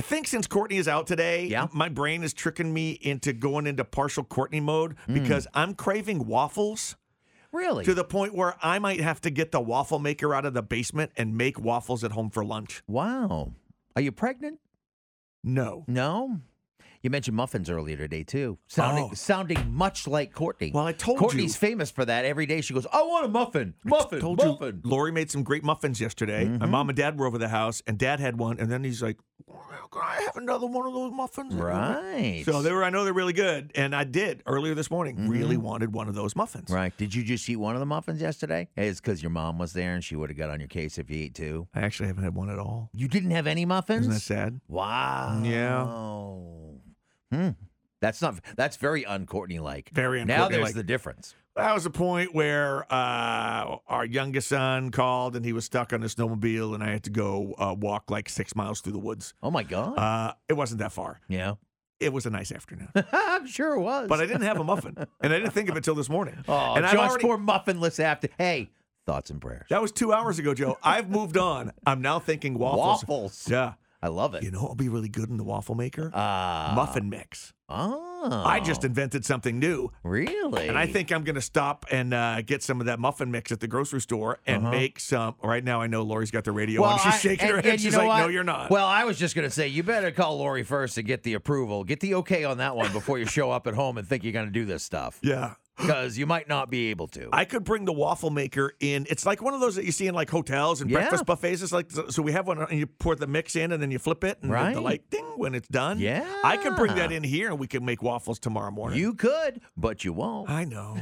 think since Courtney is out today, Yeah. my brain is tricking me into going into partial Courtney mode Hmm. because I'm craving waffles Really? to the point where I might have to get the waffle maker out of the basement and make waffles at home for lunch. wow. Are you pregnant? No. No. You mentioned muffins earlier today too, sounding Oh. sounding much like Courtney. Well, I told you- Courtney's famous for that. Every day she goes, "I want a muffin, muffin, Told muffin." you, Lori made some great muffins yesterday. Mm-hmm. My mom and dad were over the house, and dad had one, and then he's like, "Well, "Can I have another one of those muffins?" Right. So they were. I know they're really good, and I did earlier this morning. Really wanted one of those muffins. Mm-hmm. Right. Did you just eat one of the muffins yesterday? Hey, It's because your mom was there and she would have got on your case if you ate two. I actually haven't had one at all. You didn't have any muffins? Isn't that sad? Wow. Hmm. That's not. That's very uncourtney like. Very Now there's un-Courtney-like. the difference. That was a point where uh, our youngest son called, and he was stuck on a snowmobile, and I had to go uh, walk like six miles through the woods. Oh my god. Uh, it wasn't that far. yeah. It was a nice afternoon, I'm sure it was. but I didn't have a muffin, and I didn't think of it till this morning. oh, and and I've Josh already- poor muffinless after. Hey, thoughts and prayers. That was two hours ago, Joe. I've moved on. I'm now thinking waffles. Waffles. Yeah. I love it. You know, it'll be really good in the waffle maker. uh, Muffin mix. Oh. I just invented something new, really. and I think I'm going to stop and uh, get some of that muffin mix at the grocery store and make some. Right now, I know Lori's got the radio on. She's Uh-huh. I- shaking her and- head. and you She's know like, what? "No, you're not." Well, I was just going to say, you better call Lori first and get the approval, get the okay on that one before you show up at home and think you're going to do this stuff yeah. because you might not be able to. I could bring the waffle maker in. It's like one of those that you see in like hotels and Yeah. breakfast buffets. It's like so we have one, and you pour the mix in, and then you flip it, and the- Right. the light ding when it's done. I could bring that Yeah. in here, and we can make waffles tomorrow morning. you could, but you won't. I know.